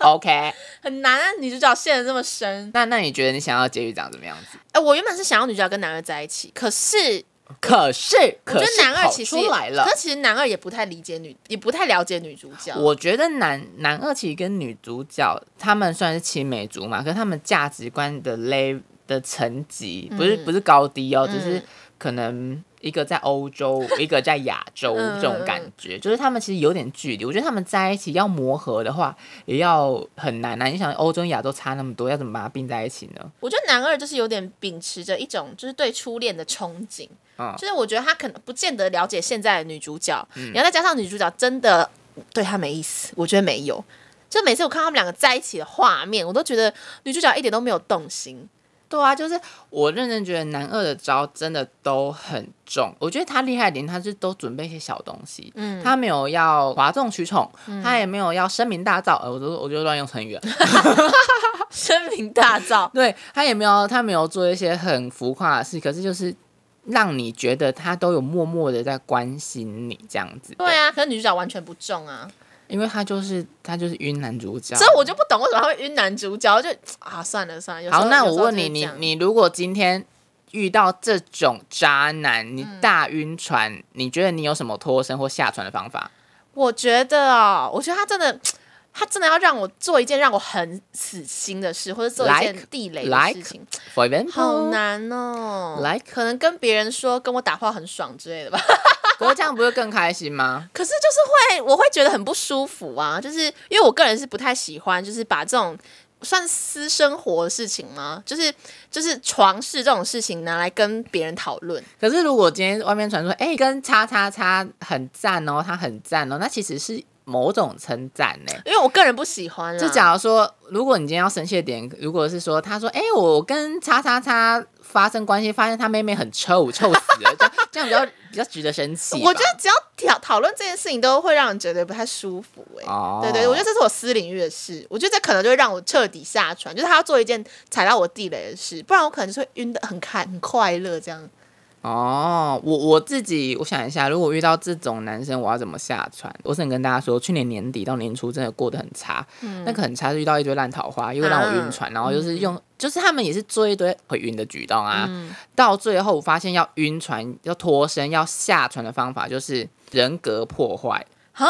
Speaker 1: OK，
Speaker 2: 很难啊，女主角陷得这么深。
Speaker 1: 那那你觉得你想要结局长怎么样子？
Speaker 2: 哎、我原本是想要女主角跟男二在一起，可是
Speaker 1: 可是，
Speaker 2: 我
Speaker 1: 可
Speaker 2: 觉
Speaker 1: 是
Speaker 2: 得男二
Speaker 1: 跑
Speaker 2: 其实
Speaker 1: 出来了
Speaker 2: 可。是其实男二也不太理解女，也不太了解女主角。
Speaker 1: 我觉得男男二其实跟女主角他们虽然是青梅竹马，可是他们价值观的 level 的层级不是、
Speaker 2: 嗯
Speaker 1: 不是高低哦，
Speaker 2: 嗯
Speaker 1: 只是可能一个在欧洲，一个在亚洲
Speaker 2: 嗯
Speaker 1: 这种感觉，就是他们其实有点距离。我觉得他们在一起要磨合的话，也要很难啊！你想欧洲跟亚洲差那么多，要怎么把它并在一起呢？
Speaker 2: 我觉得男二就是有点秉持着一种就是对初恋的憧憬，
Speaker 1: 嗯
Speaker 2: 就是我觉得他可能不见得了解现在的女主角，然后再加上女主角真的对他没意思，我觉得没有。就每次我看他们两个在一起的画面，我都觉得女主角一点都没有动心。
Speaker 1: 对啊，就是我认真觉得男二的招真的都很重。我觉得他厉害的点，他是都准备一些小东西，
Speaker 2: 嗯
Speaker 1: 他没有要哗众取宠，他也没有要声名大噪，呃，我就我就乱用成语了，
Speaker 2: 声名大噪，
Speaker 1: 对他也没有他没有做一些很浮夸的事，可是就是让你觉得他都有默默的在关心你这样子，
Speaker 2: 对，啊，可是女主角完全不重啊，
Speaker 1: 因为他就是他就是晕男主角，
Speaker 2: 所以我就不懂为什么他会晕男主角，就啊算了算了。有时候
Speaker 1: 好，那
Speaker 2: 有
Speaker 1: 我
Speaker 2: 时候
Speaker 1: 问
Speaker 2: 就
Speaker 1: 你，
Speaker 2: 是这
Speaker 1: 你
Speaker 2: 样
Speaker 1: 你如果今天遇到这种渣男，
Speaker 2: 嗯
Speaker 1: 你大晕船，你觉得你有什么脱身或下船的方法？
Speaker 2: 我觉得哦，我觉得他真的，他真的要让我做一件让我很死心的事，或者做一件
Speaker 1: Like-
Speaker 2: 地雷的事情
Speaker 1: For example，
Speaker 2: 好难哦。
Speaker 1: Like-
Speaker 2: 可能跟别人说跟我打炮很爽之类的吧。
Speaker 1: 可是这样不会更开心吗？
Speaker 2: 可是就是会，我会觉得很不舒服啊，就是因为我个人是不太喜欢，就是把这种。算私生活的事情吗？就是就是床事这种事情拿来跟别人讨论，
Speaker 1: 可是如果今天外面传说，哎、跟叉叉叉很赞哦，他很赞哦，那其实是某种称赞呢。
Speaker 2: 因为我个人不喜欢啦。啊
Speaker 1: 就假如说，如果你今天要生气的点，如果是说他说，哎、我跟叉叉叉发生关系，发现他妹妹很臭，臭死了，这样这样比较比较值得生气吧。
Speaker 2: 我觉得只要讨讨论这件事情，都会让人觉得不太舒服、欸。
Speaker 1: 哦
Speaker 2: 对对，我觉得这是我私领域的事，我觉得这可能就会让我彻底下船，就是他要做一件踩到我地雷的事，不然我可能就会晕的很开很快乐这样。
Speaker 1: 哦，我我自己我想一下，如果遇到这种男生，我要怎么下船？我想跟大家说，去年年底到年初真的过得很差，那个很差是遇到一堆烂桃花，又让我晕船，然后就是用，就是他们也是做一堆会晕的举动啊。到最后我发现要晕船、要脱身、要下船的方法就是人格破坏。
Speaker 2: 啊，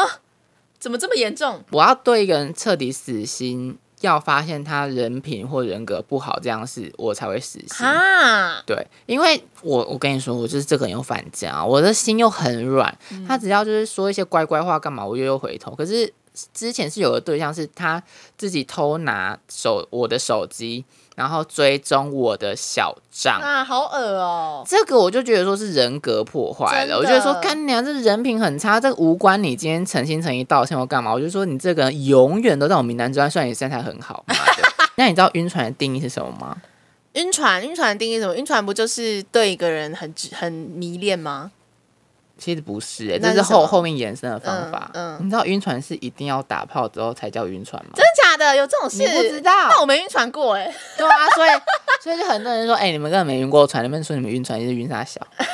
Speaker 2: 怎么这么严重？
Speaker 1: 我要对一个人彻底死心，要发现他人品或人格不好这样事，我才会死心。
Speaker 2: 啊，
Speaker 1: 对，因为我我跟你说，我就是这个人又反将啊，我的心又很软，
Speaker 2: 嗯
Speaker 1: 他只要就是说一些乖乖话干嘛，我又又回头。可是之前是有个对象是他自己偷拿手我的手机，然后追踪我的小账。
Speaker 2: 啊，好恶哦、
Speaker 1: 这个我就觉得说是人格破坏
Speaker 2: 真的
Speaker 1: 了，我觉得说干娘这人品很差，这个无关你今天诚心诚意道歉或干嘛，我就说你这个人永远都在我名单之外，虽然你身材很好，妈的 那你知道晕船的定义是什么吗？
Speaker 2: 晕船，晕船的定义是什么？晕船不就是对一个人很执很迷恋吗？
Speaker 1: 其实不是、欸，
Speaker 2: 那
Speaker 1: 这
Speaker 2: 是
Speaker 1: 是
Speaker 2: 什
Speaker 1: 后
Speaker 2: 么
Speaker 1: 后面延伸的方法。
Speaker 2: 嗯嗯
Speaker 1: 你知道晕船是一定要打炮之后才叫晕船吗？
Speaker 2: 真的假的？有这种事？
Speaker 1: 你不知道
Speaker 2: 那我没晕船过哎、
Speaker 1: 对啊，所以 所以就很多人说，哎、你们根本没晕过船，你们说你们晕船就是晕啥小？
Speaker 2: 嗯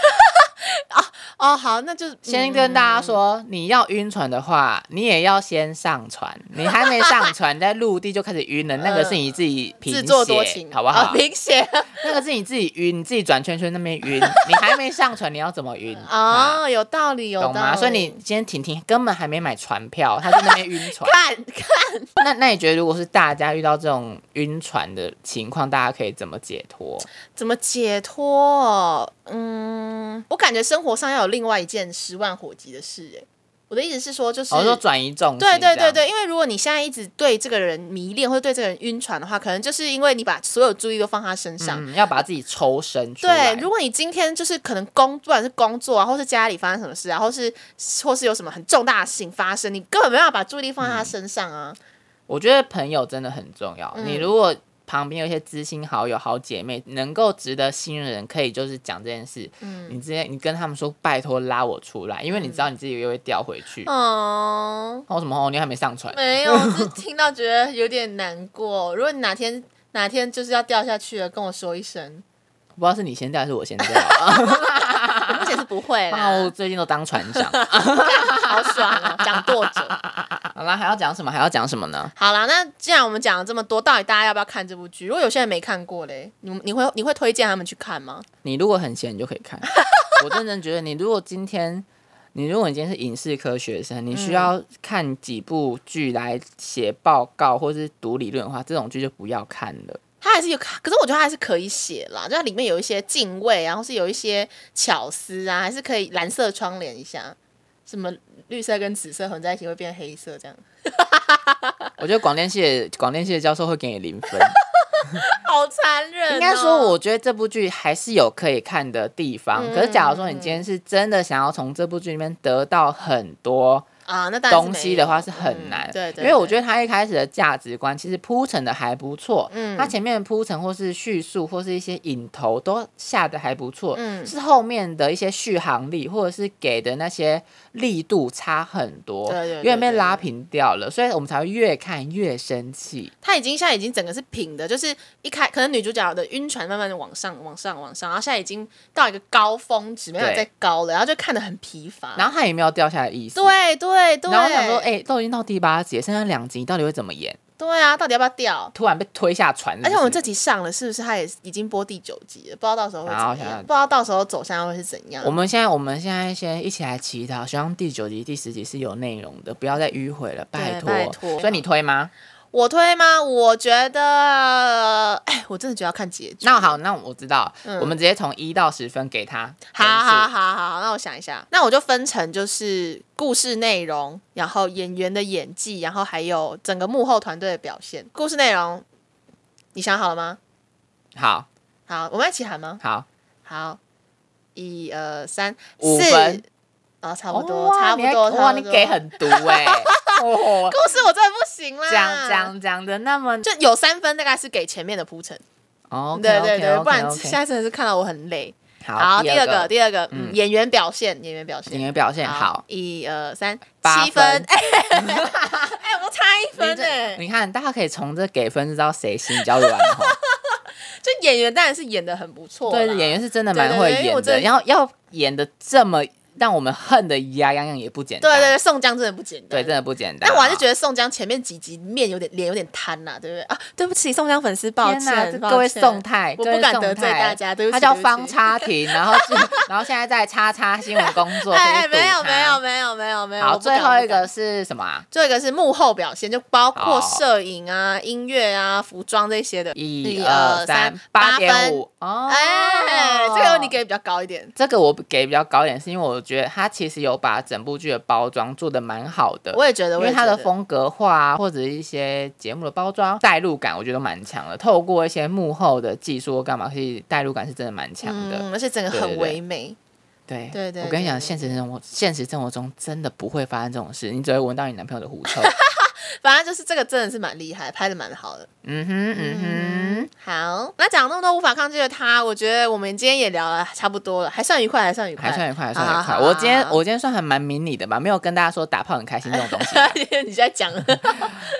Speaker 2: 哦，好，那就
Speaker 1: 先跟大家说，你要晕船的话，你也要先上船。你还没上船，在陆地就开始晕了，那个是你自己贫
Speaker 2: 自
Speaker 1: 血，
Speaker 2: 作多情，
Speaker 1: 好不好？
Speaker 2: 哦贫血
Speaker 1: 那个是你自己晕，你自己转圈圈那边晕，你还没上船，你要怎么晕？啊
Speaker 2: 哦，有道理，有道
Speaker 1: 懂
Speaker 2: 理。
Speaker 1: 吗？所以你今天婷婷根本还没买船票，她在那边晕船。
Speaker 2: 看看，
Speaker 1: 那那你觉得，如果是大家遇到这种晕船的情况，大家可以怎么解脱？
Speaker 2: 怎么解脱？嗯，我感觉生活上要有另外一件十万火急的事、哎，我的意思是说，就是、
Speaker 1: 我、哦、说转移重心，
Speaker 2: 对对
Speaker 1: 这样
Speaker 2: 对，对，因为如果你现在一直对这个人迷恋，或者对这个人晕船的话，可能就是因为你把所有注意都放他身上。
Speaker 1: 嗯，要把自己抽身出来。
Speaker 2: 对，如果你今天就是可能工，不管是工作啊，或是家里发生什么事啊，或是或是有什么很重大的事情发生，你根本没办法把注意力放在他身上啊。
Speaker 1: 我觉得朋友真的很重要。
Speaker 2: 嗯
Speaker 1: 你如果旁边有一些知心好友、好姐妹，能够值得信任的人，可以就是讲这件事。
Speaker 2: 嗯
Speaker 1: 你直接你跟他们说，拜托拉我出来，因为你知道你自己又会掉回去。
Speaker 2: 哦，
Speaker 1: 哦，什么哦，你还没上船？
Speaker 2: 没有，就是听到觉得有点难过。如果你哪天哪天就是要掉下去了，跟我说一声。
Speaker 1: 我不知道是你先掉还是我先掉 啊。
Speaker 2: 我目前是不会
Speaker 1: 啊，我
Speaker 2: 啦，
Speaker 1: 最近都当船长。
Speaker 2: 好爽 哦，掌舵者。
Speaker 1: 好啦，还要讲什么？还要讲什么呢？
Speaker 2: 好啦，那既然我们讲了这么多，到底大家要不要看这部剧？如果有些人没看过嘞，你你会你会推荐他们去看吗？
Speaker 1: 你如果很闲，你就可以看。我认真觉得，你如果今天，你如果你今天是影视科学生，你需要看几部剧来写报告或是读理论的话，这种剧就不要看了。
Speaker 2: 它还是有，可是我觉得它还是可以写啦，就它里面有一些敬畏啊，然后是有一些巧思啊，还是可以蓝色窗帘一下，什么绿色跟紫色混在一起会变黑色这样，
Speaker 1: 我觉得广电系的广电系的教授会给你零分。
Speaker 2: 好残忍哦、
Speaker 1: 应该说，我觉得这部剧还是有可以看的地方。可是，假如说你今天是真的想要从这部剧里面得到很多
Speaker 2: 啊，那当然是
Speaker 1: 东
Speaker 2: 没
Speaker 1: 西
Speaker 2: 有
Speaker 1: 的话，是很难。
Speaker 2: 嗯对对，
Speaker 1: 因为我觉
Speaker 2: 得
Speaker 1: 得他一开始的价值观其实铺陈的还不错，
Speaker 2: 嗯
Speaker 1: 他前面的铺陈或是叙述或是一些引头都下的还不错，
Speaker 2: 嗯
Speaker 1: 是后面的一些续航力或者是给的那些力度差很多，
Speaker 2: 对对对
Speaker 1: 有点被拉平掉了，所以我们才会越看越生气。
Speaker 2: 它已经现在已经整个是平的，就是一开可能女主角的晕船慢慢的往上往上往上，然后现在已经到一个高峰值，没有
Speaker 1: 对
Speaker 2: 再高了，然后就看得很疲乏，
Speaker 1: 然后他也没有掉下来的意思，
Speaker 2: 啊对对对，
Speaker 1: 然后我想说，哎、都已经到第八集了，剩下两集，到底会怎么演？
Speaker 2: 对啊，到底要不要掉？
Speaker 1: 突然被推下船是不
Speaker 2: 而
Speaker 1: 是
Speaker 2: 且我们这集上了，是不是它也已经播第九集了？不知道到时候会怎
Speaker 1: 好
Speaker 2: 么
Speaker 1: 想
Speaker 2: 样，
Speaker 1: 想
Speaker 2: 不知道到时候走向会是怎样。
Speaker 1: 我们现在，我们现在先一起来祈祷，希望第九集、第十集是有内容的，不要再迂回了，拜托。
Speaker 2: 拜托嗯
Speaker 1: 所以你推吗？
Speaker 2: 我推吗？我觉得，哎，我真的觉得要看结局。
Speaker 1: 那好，那我知道，
Speaker 2: 嗯
Speaker 1: 我们直接从一到十分给他。
Speaker 2: 好，好好
Speaker 1: 分数
Speaker 2: 好好，那我想一下，那我就分成就是故事内容，然后演员的演技，然后还有整个幕后团队的表现。故事内容，你想好了吗？
Speaker 1: 好
Speaker 2: 好，我们一起喊吗？
Speaker 1: 好，
Speaker 2: 好，一二三，
Speaker 1: 五
Speaker 2: 四
Speaker 1: 分，
Speaker 2: 啊、差不多，
Speaker 1: 哇
Speaker 2: 差不
Speaker 1: 哦你还
Speaker 2: 多，
Speaker 1: 哇，
Speaker 2: 差不
Speaker 1: 你
Speaker 2: 多啊
Speaker 1: 给很毒 哎、哦，
Speaker 2: 故事我真的不行啦，
Speaker 1: 讲讲讲的那么
Speaker 2: 就有三分，大概是给前面的铺陈。
Speaker 1: 哦，
Speaker 2: 对对对
Speaker 1: OK，OK，OK，
Speaker 2: 不然现在真的是看到我很累。
Speaker 1: 好，
Speaker 2: 第二个，第二个，
Speaker 1: 嗯
Speaker 2: 嗯，演员表现，演员表
Speaker 1: 演
Speaker 2: 现，
Speaker 1: 员表现好，
Speaker 2: 一二三，
Speaker 1: 八
Speaker 2: 七分，
Speaker 1: 分
Speaker 2: 哎， 哎我差一分
Speaker 1: 你
Speaker 2: 哎
Speaker 1: 这，你看，大家可以从这给分知道谁心比较软 吼。
Speaker 2: 就演员当然是演的很不错啦，
Speaker 1: 对，演员是真的
Speaker 2: 对
Speaker 1: 蛮
Speaker 2: 对
Speaker 1: 会
Speaker 2: 对因为
Speaker 1: 演
Speaker 2: 我
Speaker 1: 的，
Speaker 2: 真的
Speaker 1: 然后要演的这么让我们恨的牙痒痒也不简
Speaker 2: 对
Speaker 1: 单，
Speaker 2: 对对，宋江真的不简单，
Speaker 1: 对真的不简单。
Speaker 2: 但我还是觉
Speaker 1: 得。
Speaker 2: 得宋江前面几集面有点脸有点瘫啦，对不对啊？对不起，宋江粉丝，抱
Speaker 1: 天呐，
Speaker 2: 歉
Speaker 1: 这，
Speaker 2: 抱
Speaker 1: 各位
Speaker 2: 歉
Speaker 1: 宋太，
Speaker 2: 我
Speaker 1: 各
Speaker 2: 不
Speaker 1: 位
Speaker 2: 敢
Speaker 1: 宋
Speaker 2: 得罪
Speaker 1: 太
Speaker 2: 大家对不起
Speaker 1: 他叫
Speaker 2: 对不起
Speaker 1: 方差 婷，然后是然后现在在叉叉新闻工作，
Speaker 2: 哎，哎
Speaker 1: 可以堵
Speaker 2: 没有
Speaker 1: 他
Speaker 2: 没有。没有没有没有，
Speaker 1: 好，
Speaker 2: 我不敢
Speaker 1: 最后
Speaker 2: 我
Speaker 1: 一
Speaker 2: 不敢
Speaker 1: 个是什么啊？
Speaker 2: 最后一个是幕后表现，就包括
Speaker 1: 哦
Speaker 2: 摄影啊、音乐啊、服装这些的。
Speaker 1: 一
Speaker 2: 一
Speaker 1: 二三
Speaker 2: 二三，
Speaker 1: 八
Speaker 2: 八
Speaker 1: 点
Speaker 2: 分
Speaker 1: 五哦。
Speaker 2: 哎，这个你给比较高一点。
Speaker 1: 这个我给比较高一点，是因为我觉得他其实有把整部剧的包装做的蛮好的。
Speaker 2: 我也觉得，
Speaker 1: 因
Speaker 2: 我
Speaker 1: 为
Speaker 2: 也
Speaker 1: 它
Speaker 2: 觉
Speaker 1: 的
Speaker 2: 得，
Speaker 1: 风格化啊或者一些节目的包装代入感，我觉得蛮强的。透过一些幕后的技术或干嘛，所以代入感是真的蛮强的。
Speaker 2: 嗯，而且整个
Speaker 1: 对对
Speaker 2: 很
Speaker 1: 对
Speaker 2: 唯美。
Speaker 1: 对
Speaker 2: 对对
Speaker 1: 我跟你
Speaker 2: 对
Speaker 1: 讲，
Speaker 2: 对
Speaker 1: 现实生活现实生活中真的不会发生这种事，你只会闻到你男朋友的狐臭。
Speaker 2: 反正就是这个真的是蛮厉害，拍的蛮好的。
Speaker 1: 嗯哼嗯
Speaker 2: 嗯，好，那讲那么多无法抗拒的他，我觉得我们今天也聊了差不多了，还算愉快，还算愉
Speaker 1: 哼，
Speaker 2: 快，
Speaker 1: 还算愉快，还
Speaker 2: 好
Speaker 1: 算愉快。
Speaker 2: 好
Speaker 1: 我今天
Speaker 2: 好
Speaker 1: 我今天算还蛮迷你的吧，没有跟大家说打炮很开心这种东西，
Speaker 2: 你 在讲，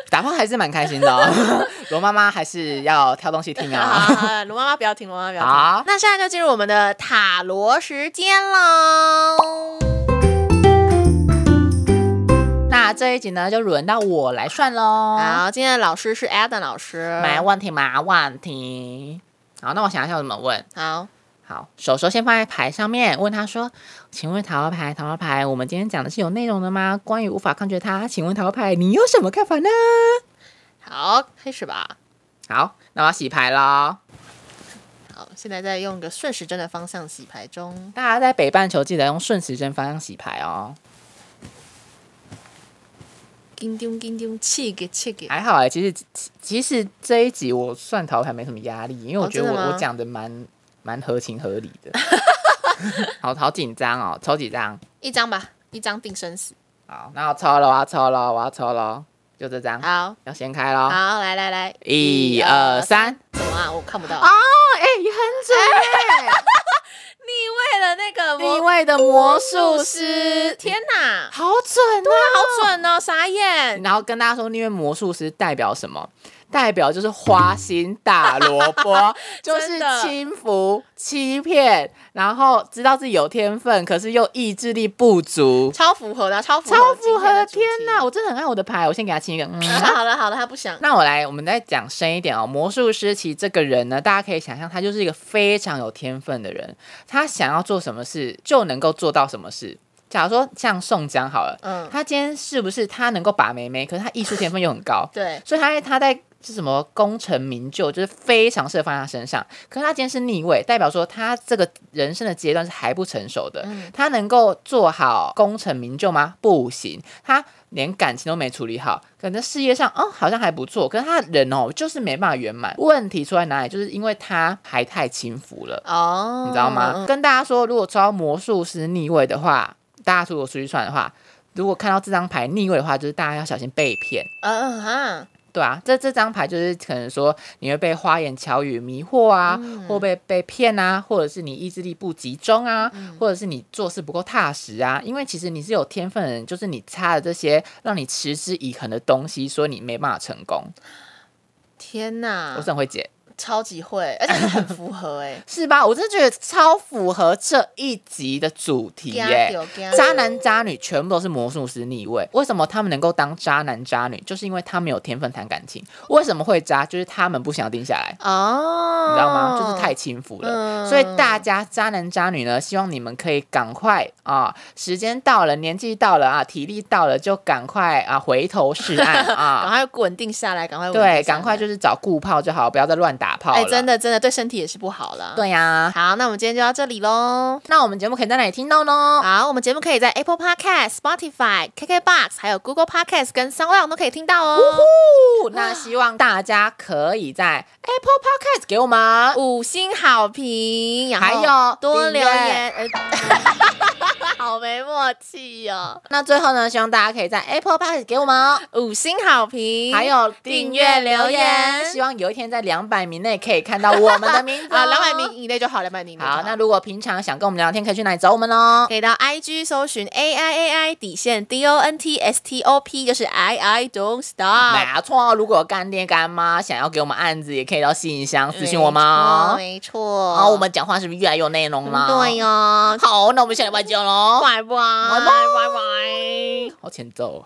Speaker 1: 打炮还是蛮开心的、哦。 罗妈妈还是要挑东西听
Speaker 2: 好 好
Speaker 1: 啊。
Speaker 2: 好罗妈妈不要停，罗妈妈不要停。
Speaker 1: 好，
Speaker 2: 那现在就进入我们的塔罗时间喽。
Speaker 1: 那这一集呢，就轮到我来算喽。
Speaker 2: 好，今天的老师是 Adam 老师。
Speaker 1: 没问题，没问题。好，那我想一下我怎么问。
Speaker 2: 好，
Speaker 1: 好，手手先放在牌上面，问他说：“请问塔罗牌，塔罗牌，我们今天讲的是有内容的吗？关于无法抗拒它，请问塔罗牌，你有什么看法呢
Speaker 2: 好，开始吧。？”
Speaker 1: 好，那我要洗牌喽。
Speaker 2: 好，现在在用一个顺时针的方向洗牌中。
Speaker 1: 大家在北半球记得用顺时针方向洗牌哦。
Speaker 2: 叮咚叮咚，气给气给。
Speaker 1: 还好哎、其实其其实这一集我算塔罗牌没什么压力，因为我
Speaker 2: 哦
Speaker 1: 觉得
Speaker 2: 真
Speaker 1: 我、
Speaker 2: 的吗
Speaker 1: 我讲的蛮蛮合情合理的。 好好紧张哦，抽几张？
Speaker 2: 一张吧，一张定生死。
Speaker 1: 好，那我抽了，我要抽了，我要抽了，就这张，
Speaker 2: 好，
Speaker 1: 要掀开喽。
Speaker 2: 好，来来来，
Speaker 1: 一二三，
Speaker 2: 怎么啊？我看不到。
Speaker 1: 哦，哎、也很准、
Speaker 2: 你为了那个
Speaker 1: 欸，逆
Speaker 2: 魔
Speaker 1: 哎位的魔术
Speaker 2: 术
Speaker 1: 师
Speaker 2: 师，，天哪，
Speaker 1: 好准啊！
Speaker 2: 好准哦，傻眼。
Speaker 1: 然后跟大家说，因为魔术师代表什么？代表就是花心大萝 卜，就是
Speaker 2: 真的
Speaker 1: 轻浮、欺骗，然后知道自己有天分，可是又意志力不足，
Speaker 2: 超符合的啊，超符合
Speaker 1: 超
Speaker 2: 今
Speaker 1: 符合的！
Speaker 2: 的主
Speaker 1: 天
Speaker 2: 题
Speaker 1: 哪，！我真的很爱我的牌，我先给他亲一个。嗯
Speaker 2: 好了好了，他不想。
Speaker 1: 那我来，我们再讲深一点哦。魔术师其实这个人呢，大家可以想象，他就是一个非常有天分的人，他想要做什么事就能够做到什么事。假如说像宋江好了，
Speaker 2: 嗯，，
Speaker 1: 他今天是不是他能够把妹妹，可是他艺术天分又很高
Speaker 2: 对，
Speaker 1: 所以他他在是什么功成名就，就是非常适合放在他身上。可是他今天是逆位，代表说他这个人生的阶段是还不成熟的。
Speaker 2: 嗯
Speaker 1: 他能够做好功成名就吗？不行，他连感情都没处理好，可能事业上哦好像还不错，可是他人哦就是没办法圆满。问题出在哪里？就是因为他还太轻浮了。
Speaker 2: 哦，
Speaker 1: 你知道吗？
Speaker 2: 嗯？
Speaker 1: 跟大家说，如果抽到魔术师逆位的话，大家如果出去算的话，如果看到这张牌逆位的话，就是大家要小心被骗。
Speaker 2: 嗯嗯哈，
Speaker 1: 对啊，这这张牌就是可能说你会被花言巧语迷惑啊，或被被骗啊，或者是你意志力不集中啊，或者是你做事不够踏实啊。因为其实你是有天分的人，就是你擦了这些让你持之以恒的东西，所以你没办法成功。
Speaker 2: 天
Speaker 1: 我
Speaker 2: 哪
Speaker 1: 是，很会解，。
Speaker 2: 超级会，而且是很符合哎
Speaker 1: 是吧？我真的觉得超符合这一集的主题耶、渣男渣女全部都是魔术师逆位，为什么他们能够当渣男渣女？就是因为他们有天分谈感情。为什么会渣？就是他们不想定下来，
Speaker 2: 哦，
Speaker 1: 你知道吗？就是太轻浮了。
Speaker 2: 嗯
Speaker 1: 所以大家渣男渣女呢，希望你们可以赶快啊，时间到了，年纪到了啊，体力到了，就赶快啊回头是岸
Speaker 2: 赶
Speaker 1: 啊。
Speaker 2: 快稳定下 来，赶快稳定
Speaker 1: 对，
Speaker 2: 下来
Speaker 1: 赶快就是找顾炮就好，不要再乱打炮了。
Speaker 2: 哎，真，的真的对身体也是不好了。，
Speaker 1: 对呀、
Speaker 2: 好，那我们今天就到这里喽。
Speaker 1: 那我们节目可以在哪里听到呢？
Speaker 2: 好，我们节目可以在 Apple Podcast、Spotify、KKBox，还有 Google Podcast 跟 Sound 都可以听到哦。
Speaker 1: 不那希望大家可以在 Apple Podcast 给我们
Speaker 2: 五星好评，然后
Speaker 1: 还有
Speaker 2: 多
Speaker 1: 订
Speaker 2: 留
Speaker 1: 阅
Speaker 2: 言，呃好没默契哦！
Speaker 1: 那最后呢，希望大家可以在 Apple Podcast 给我们哦，
Speaker 2: 五星好评，
Speaker 1: 还有
Speaker 2: 订阅留言
Speaker 1: 希望有一天在两百名内可以看到我们的名字、哦
Speaker 2: 啊，两百。名以内就好，两百名以内就
Speaker 1: 好，那如果平常想跟我们聊天，可以去哪里找我们哦？
Speaker 2: 可以到 IG 搜寻 A I A I 底线 D O N T S T O P，就是 I I don't stop。
Speaker 1: 没啊错，如果有干爹干妈想要给我们案子，也可以到信箱私信我们哦。
Speaker 2: 没错，嗯
Speaker 1: 好，我们讲话是不是越来越有内容了？
Speaker 2: 对哟、
Speaker 1: 好，那我们下礼拜见喽。
Speaker 2: 拜
Speaker 1: 拜
Speaker 2: 拜，拜拜，拜拜。
Speaker 1: 好前奏哦。